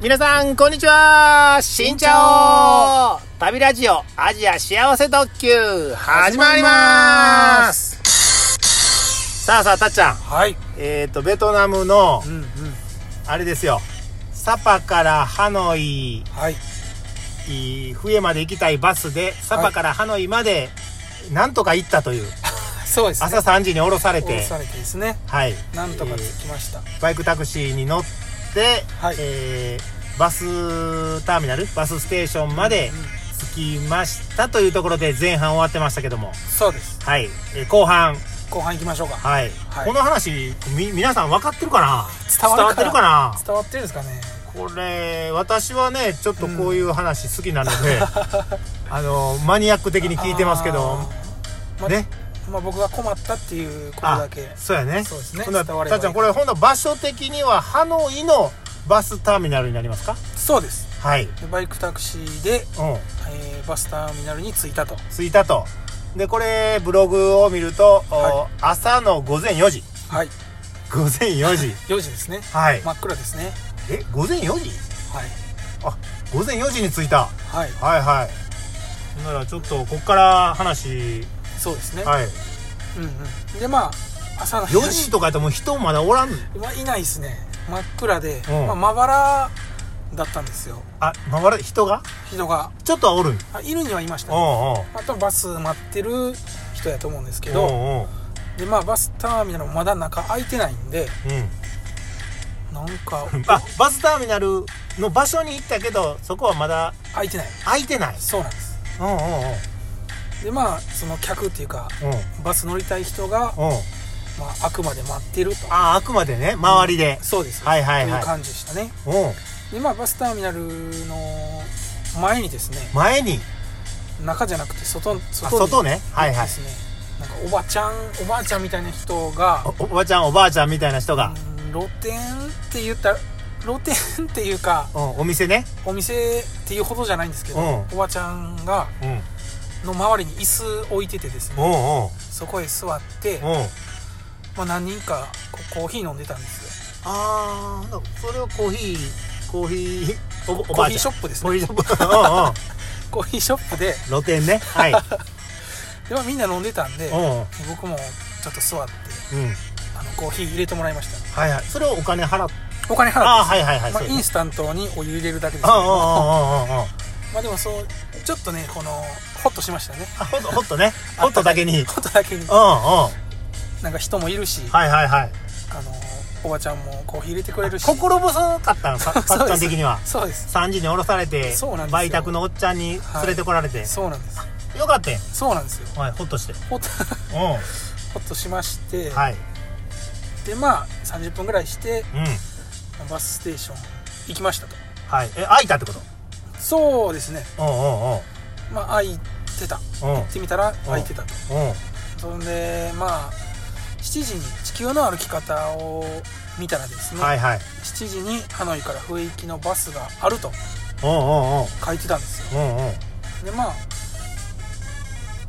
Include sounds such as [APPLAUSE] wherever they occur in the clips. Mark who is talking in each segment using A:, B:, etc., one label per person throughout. A: 皆さん、こんにちはしんちゃお旅ラジオアジア幸せ特急始まりますさあさあ、たっちゃん。
B: はい。
A: えっ、と、ベトナムの
B: う、んうん。
A: あれですよ。サパからハノイ、
B: はい。
A: い笛まで行きたいバスで、サパからハノイまで、なんとか行ったという、
B: そうですね。
A: 朝3時に降ろされ
B: 降ろ
A: て、
B: されてですね。
A: はい。
B: なんとか着きました。
A: バイクタクシーに乗って、
B: はい
A: えーバスターミナルバスステーションまで
B: うん
A: 着きましたというところで前半終わってましたけども、
B: そうです。
A: はいえー後半、
B: 後半行きましょうか。
A: はい
B: はい
A: この話み皆さん分かってるかな
B: 伝わるかな
A: ってるかな
B: 伝わってるんですかね。
A: これ私はねちょっとこういう話好きなので、 [LAUGHS] あのマニアック的に聞いてますけど
B: あー。ま
A: ね
B: まあ僕が困ったっていうこと
A: あ
B: だけ。
A: そうやね
B: そうですね
A: ほんなら
B: 伝われば
A: たっちゃんこれほんなら場所的にはハノイのバスターミナルになりますか
B: そうです。
A: はい、
B: でバイクタクシーで、
A: うん
B: えーバスターミナルに着いたと。
A: 着いたとでこれブログを見ると、お
B: は
A: 朝の午前4時
B: はい。
A: 午前4時
B: 4時ですね。
A: はい
B: 真っ暗ですね。
A: え午前4時
B: はい。
A: あ午前4時に着いた
B: はい。
A: はいはいほんならちょっとこっから話
B: そうですね。
A: はい
B: うんうん。でまあ朝の
A: 4時とかやったらもう人まだおらん
B: まあいないですね。真っ暗で、
A: うん
B: まあまばらだったんですよ。
A: あ回る人が
B: 人が。
A: ちょっとはおるんうん
B: あいるにはいました、ね、
A: う
B: あとバス待ってる人やと思うんですけ
A: んう
B: ど
A: んうん
B: でまあバスターミナルもまだ中空いてないんでなん
A: [LAUGHS]
B: か
A: あバスターミナルの場所に行ったけどそこはまだ
B: 空いてない
A: 空いてない
B: そうなんです
A: うんうん
B: でまあその客っていうか
A: うん
B: バス乗りたい人が、
A: うんうん
B: まあ、あくまで待ってると
A: ああくまでね周りで、
B: そうです
A: はいはいはい
B: という感じでしたね
A: うん
B: でまあバスターミナルの前にですね
A: 前に
B: 中じゃなくて外
A: あ
B: 外に
A: 外ねはいはい
B: ですねなんかおばちゃんおばあちゃんみたいな人が
A: おおばちゃんおばあちゃんみたいな人が、
B: うん露店って言ったら露店っていうか
A: うん、お店ね
B: お店っていうほどじゃないんですけど、
A: うん
B: おばちゃんが
A: うんうん
B: の周りに椅子置いててですね
A: うん
B: そこへ座って、
A: うん
B: まあ、何人かこうコーヒー飲んでたんですよ
A: ああそれをコーヒーコーヒーおお
B: コ
A: ば
B: ー
A: あ
B: ヒ
A: ちゃ
B: ー
A: ん
B: ショップです
A: コー
B: ね
A: ヒーショッ
B: コーヒーショップで
A: プうんうん露店ね [LAUGHS] はい
B: で、まあ、みんな飲んでたんで
A: うん
B: 僕もちょっと座って
A: うん
B: あのコーヒー入れてもらいました、
A: はいはいそれをお金払っ
B: お金払
A: ああ
B: って
A: はいはいはい
B: まあ、
A: そう
B: インスタントにお湯入れるだけですけ
A: あ
B: ど
A: ああああああ
B: まあでもそうちょっとねこのホッとしましたね
A: あほっとほっとねほっとだけにうんうん
B: ホッとだけに
A: は
B: なんか人もいるし、
A: いはいはい
B: あのおばちゃんもコーヒー入れてくれるし
A: 心細かったの
B: [LAUGHS]
A: さ
B: そ
A: さ
B: う
A: っち
B: で
A: ゃ
B: す
A: ん的には
B: そうです
A: 3時に降ろされて
B: そうなんですよ
A: 売却のおっちゃんに連れてこられて、
B: そうなんです
A: よかったやん
B: そうなんですよ
A: はいほっとして
B: ほっと [LAUGHS]
A: う
B: ほっとしまして、
A: んはい
B: でまあ30分ぐらいして
A: うん
B: バスステーション行きましたと
A: はいえ開いたってこと
B: そうですね
A: うんうんうん
B: まあ空いてた
A: うん
B: 行ってみたら空いてたと
A: うん
B: そんでまあ7時に地球の歩き方を見たらですね、
A: はいはい
B: 7時にハノイから雰囲気のバスがあると
A: うんうんうん
B: 書いてたんですよ
A: うんうん
B: でまあ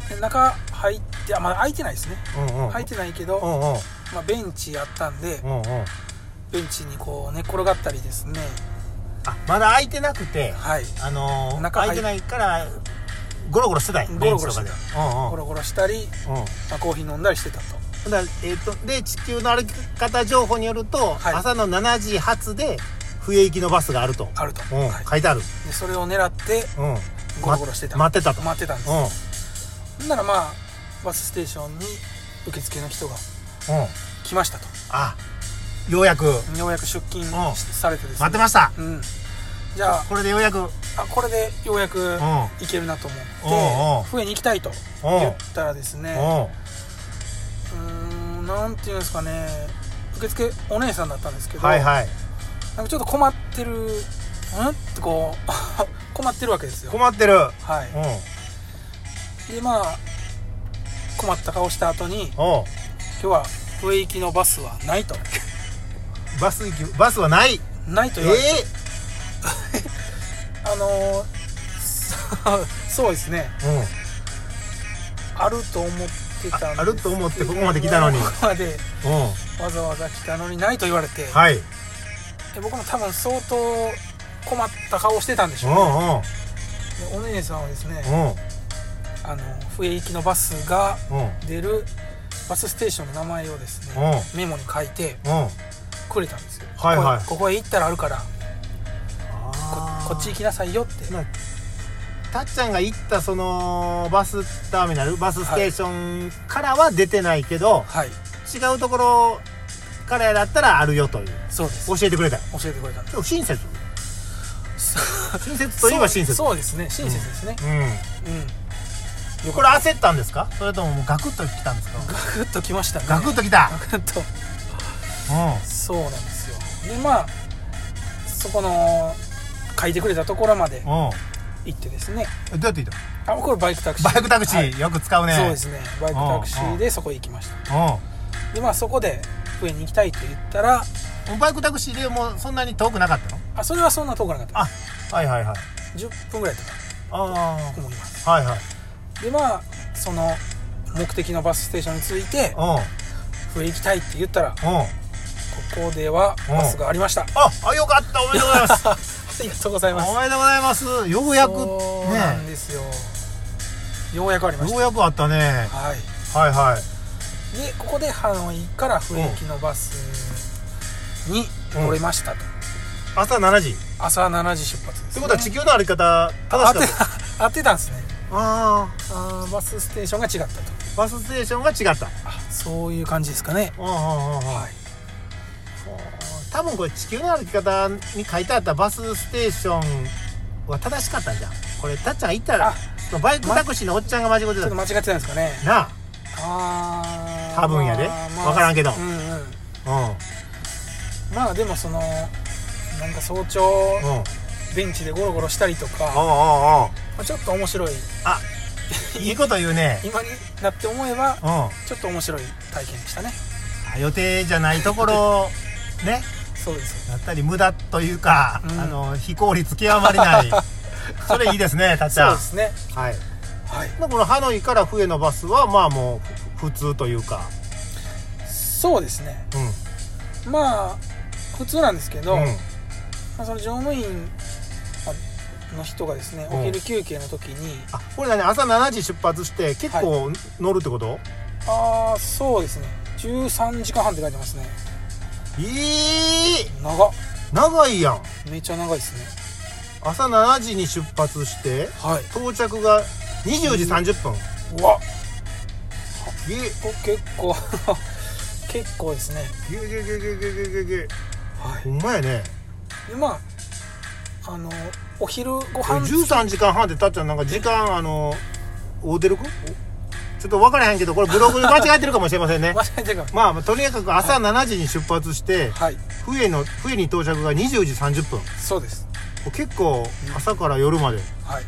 B: で中入ってあまだ空いてないですね
A: うんうん
B: 空いてないけど、
A: うんうん
B: まあ、ベンチやったんで
A: うんうん
B: ベンチにこう寝っ転がったりですね
A: あまだ開いてなくて
B: はい
A: あのー
B: 中入
A: 開いてないからゴロゴロしてたんや
B: ゴロゴロしてた
A: ベンチとかで
B: ゴロゴロしたり、
A: うんうんうん
B: まあ、コーヒー飲んだりしてたと
A: ほんだらえっとで地球の歩き方情報によると
B: はい
A: 朝の7時発で笛行きのバスがあると
B: あると、
A: うん
B: はい
A: 書いてある
B: でそれを狙って
A: うん
B: ゴロゴロしてた、
A: ま待ってたと
B: 待ってたんです、
A: うんうん
B: ほんならまあバスステーションに受付の人が来ましたと
A: あようやく
B: ようやく出勤
A: うん
B: しされてですね
A: 待ってました
B: うんじゃあ
A: これでようやくうんうん
B: あこれでようやく行けるなと思っ
A: うんうん
B: て笛に行きたいと言ったらですねうーんなんていうんですかね受付お姉さんだったんですけど、
A: はいはい
B: なんかちょっと困ってるんってこう [LAUGHS] 困ってるわけですよ
A: 困ってる
B: は
A: うん
B: いでまあ困った顔した後に
A: うん
B: 今日は笛行きのバスはな
A: [LAUGHS]
B: いと
A: バス行きバスはない
B: ないと
A: え
B: 言われて、
A: え
B: あのー、そそうですね
A: うん
B: あると思ってたんですけど
A: ああると思ってここまで来たのに
B: ここまで
A: うん
B: わざわざ来たのにないと言われて、
A: はい
B: で僕も多分相当困った顔をしてたんでしょう、
A: う
B: でお姉さんはですね
A: んうん
B: あの笛行きのバスが
A: うん
B: 出るバスステーションの名前をです
A: うん
B: ねメモに書いて
A: うん
B: くれたんですよ
A: はいはい
B: ここここへ行ったらあるからここっち行きなさいよって
A: なたっちゃんが行ったそのバスターミナルバスステーションからは出てないけど、
B: はい
A: 違うところからだったらあるよという
B: そうです
A: 教
B: 教
A: えてくれた
B: えてくれたんで
A: でも親切
B: す
A: 親切といえば親切
B: そうそうですね親切ですね
A: う
B: うん、
A: んこれ焦ったんですかそれとももうガクッと来たんですか
B: ガクッときましたね
A: ガクッと来た、
B: ガクッと
A: う
B: そうなんですよでまあそこの書いてくれたところまで
A: んうん
B: 行ってですね
A: えどうやって行っ
B: あこれバイクタクシ
A: た
B: ー
A: のバイクタクシー、
B: はい
A: よく使うね
B: そうですねバイクタクシーでそこへ行きましたでまあそこで上に行きたいって言ったら
A: うんバイクタクシーでもうそんなに遠くなかったの
B: あそれはそんな遠くなかった
A: あはいはいはい
B: 10分ぐらいだったか
A: あ
B: なと思います
A: あはいはい
B: でまあその目的のバスステーションに着いて
A: う
B: 上行きたいって言ったらこ
A: んうん
B: こでは
A: うん
B: バスがありました
A: ああよかったおめでとうございます
B: ありがとうございま
A: [LAUGHS]
B: す
A: おめでとうございますようやく
B: そうなんですよ、ようやくありま
A: ね
B: し
A: よ
B: た
A: うやくあったね
B: は
A: は
B: い
A: いはい
B: でここでハノイから雰囲気のバスに乗れましたと、
A: 朝7時っ
B: 朝7時出発です、
A: て
B: ね、
A: ことは地球の歩き方
B: 合っ
A: 正
B: て
A: しかった
B: 合ってたんですね
A: たああ
B: あーバスステーションが違ったと
A: バスステーションが違った
B: あそういう感じですかね
A: うんうんうんうん
B: はい
A: 多分これ地球の歩き方に書いてあったバスステーションは正しかったんじゃんこれたっちゃんが行ったら
B: あ
A: バイクタクシーのおっちゃんが間違って
B: ちょ
A: た
B: っと間違ってたんですかね
A: なあ
B: あー
A: 多分やでわからんけど
B: うんうん
A: うん
B: まあでもそのなんか早朝
A: うんうん
B: ベンチでゴロゴロしたりとか、
A: うんうん
B: まあちょっと面白い
A: あいいこと言うね
B: 今になって思えば
A: うんあ
B: ちょっと面白い体験でしたね
A: 予定じゃないところね
B: そうです
A: だったり無駄というか、
B: うん
A: あの非効率極まりない
B: [LAUGHS]
A: それいいですねたっち
B: そう
A: ゃ
B: で
A: ん
B: すね
A: はい
B: はい
A: まあこのハノイから笛のバスはまあもうふ普通というか
B: そうですね
A: うん
B: まあ普通なんですけど、
A: うん
B: まあ、その乗務員まあの人がですね
A: うん
B: お昼休憩の時に、
A: あこれだね朝7時出発して結構乗るってこと、
B: ああそうですね13時間半って書いてますね
A: い、い
B: 長っ
A: 長いやん
B: めっちゃ長いですね
A: 朝7時に出発して
B: はい
A: 到着が20時30分、
B: うわ
A: ぎゅ
B: お結構 [LAUGHS] 結構ですね
A: ぎゅぎゅぎゅぎゅぎゅぎゅぎゅぎゅ
B: は
A: ほんまやね
B: いでまああのお昼ご飯
A: 13時間半でたっちゃんなんか時間あの合うてるかちょっと分からへんけどこれブログ間違えてるかもしれません
B: [LAUGHS]
A: ね
B: 間違えてるか
A: まあとにかく朝7時に出発して
B: はい
A: 冬の冬に到着が20時30分こ
B: そうです
A: れ結構朝から夜までで
B: はい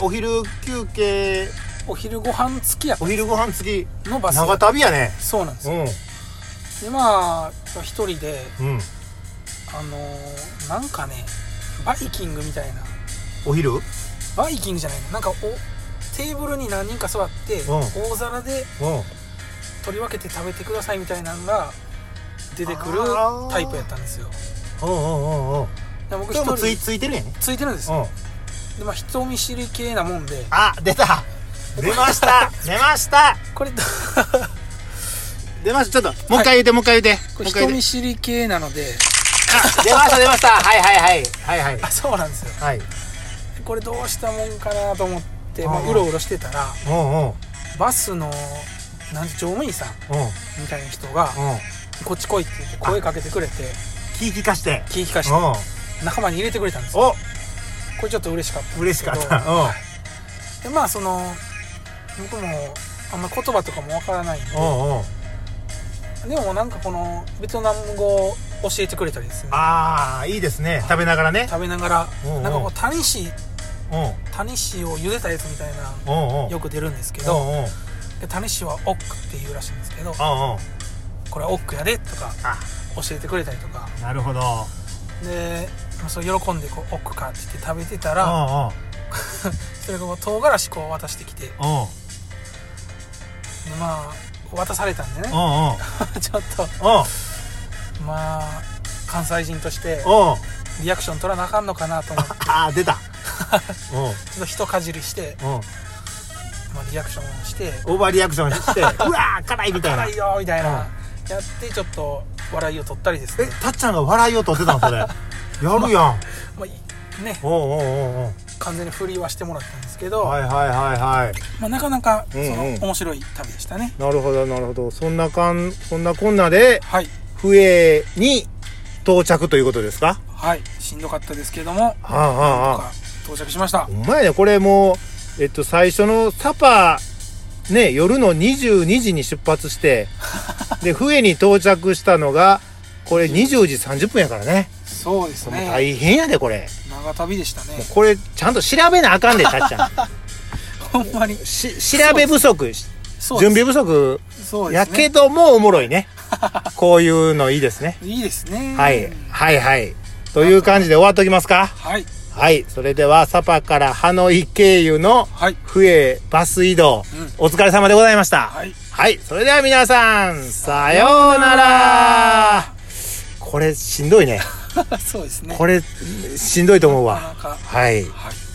A: お昼休憩
B: お昼ご飯付きや
A: お昼ご飯付き
B: のバス
A: 長旅やね
B: そうなんですよ
A: う
B: でまあ一人で
A: んうん
B: あのーなんかねバイキングみたいな
A: お昼うん
B: バイキングじゃないのなんかおテーブルに何人か座って、
A: うん
B: 大皿で取り分けて食べてくださいみたいなのが出てくる
A: あー
B: タイプやったんですよ
A: うんうんうんうん
B: で
A: 今
B: 僕一
A: 日も
B: 人
A: つ
B: つ
A: い
B: い
A: ついてるやんね
B: てるんです
A: う
B: よ
A: ん
B: でまあ人見知り系なもんで
A: あ出た出ました出ました [LAUGHS]
B: これこ
A: 出ましたちょっともう一回言うて、もう一回言うてもう
B: れ
A: 一回
B: 人
A: 言う
B: 見
A: て
B: 知り系なので
A: あ出ました出ましたはいはいはいはいは
B: あそうなんですよ
A: いはい
B: これどうしたもんかなと思ってま
A: あ
B: あ
A: ー
B: うろうろしてたら
A: うんうん
B: バスのなん乗務員さん
A: うん
B: みたいな人が
A: うん
B: 「こっち来い」って言って声かけてくれて
A: 気利かして
B: 気利かして
A: う
B: 仲間に入れてくれたんです
A: ん
B: よ
A: お
B: これちょっと嬉しかったんで
A: 嬉し
B: すけ
A: か
B: ど
A: ったうん
B: でまあその僕もあんま言葉とかもわからないんで
A: うんうん
B: でもなんかこのベトナム語を教えてくれたりですね
A: ああいいですね食べながらね
B: 食べながら
A: うんうん
B: なんかこうタニシ
A: うん
B: タニシを茹でたやつみたいな
A: うんうん
B: よく出るんですけ
A: う
B: ど
A: んうんうんうん
B: でタニシはオックっていうらしいんですけど
A: あ
B: これはオックやでとか教えてくれたりとか
A: なるほど
B: でまあそう喜んでこうオックかって言って食べてた
A: うん
B: らそれがこう唐辛子こう渡してきてで
A: うんうん
B: まあ渡されたんでね
A: うん
B: [LAUGHS]
A: うん
B: ちょっと
A: うん
B: まあ関西人として
A: うん
B: リアクション取らなあかんのかなと思って
A: ああ出た
B: ちょっと人かじりして、
A: うんうん
B: まあ、リアクションをして
A: オーバーリアクションしてうわー辛い
B: 「
A: みたいな
B: 辛いよ」みたいな、
A: うん
B: やってちょっと笑いを取ったりです
A: え
B: ね
A: たっちゃんが笑いを取ってたのそれやるやん
B: まあ、ね
A: おうおうおう
B: 完全に振りはしてもらったんですけ
A: お
B: ど、
A: うはいはいはいはい
B: まあ、なかなかその、
A: うんうん
B: 面白い旅でしたね
A: なるほどなるほどそんなかんそんなこんなで
B: はい
A: 笛に到着ということですか
B: はいしんどかったですけども
A: はあはあ
B: なん
A: は
B: か到着しました
A: あほんまやねこれもうえっと最初のサパね夜の22時に出発して
B: [LAUGHS]
A: で笛に到着したのがこれ20時30分やからね
B: そうです
A: もう
B: ね
A: 大変やでこれ
B: 長旅でしたね
A: もうこれちゃんと調べなあかんでたっちゃ
B: [LAUGHS]
A: ん
B: ほんまに
A: し調べ不足し
B: そう
A: 準
B: です
A: 備不足
B: そうで
A: や
B: すね
A: けどもおもろいねこういうのいいですね
B: [LAUGHS] いいですね
A: はい、はいはい。という感じで終わっときますか。
B: はい
A: はい、それではサパからハノイ経由の
B: はい
A: 笛バス移動、
B: う
A: お疲れ様でございました。
B: はい [LAUGHS]
A: はい、それでは皆さん、さようならこれしんどいね。
B: そうですね
A: これしんどいと思うわ。
B: なかなか
A: はい。
B: はい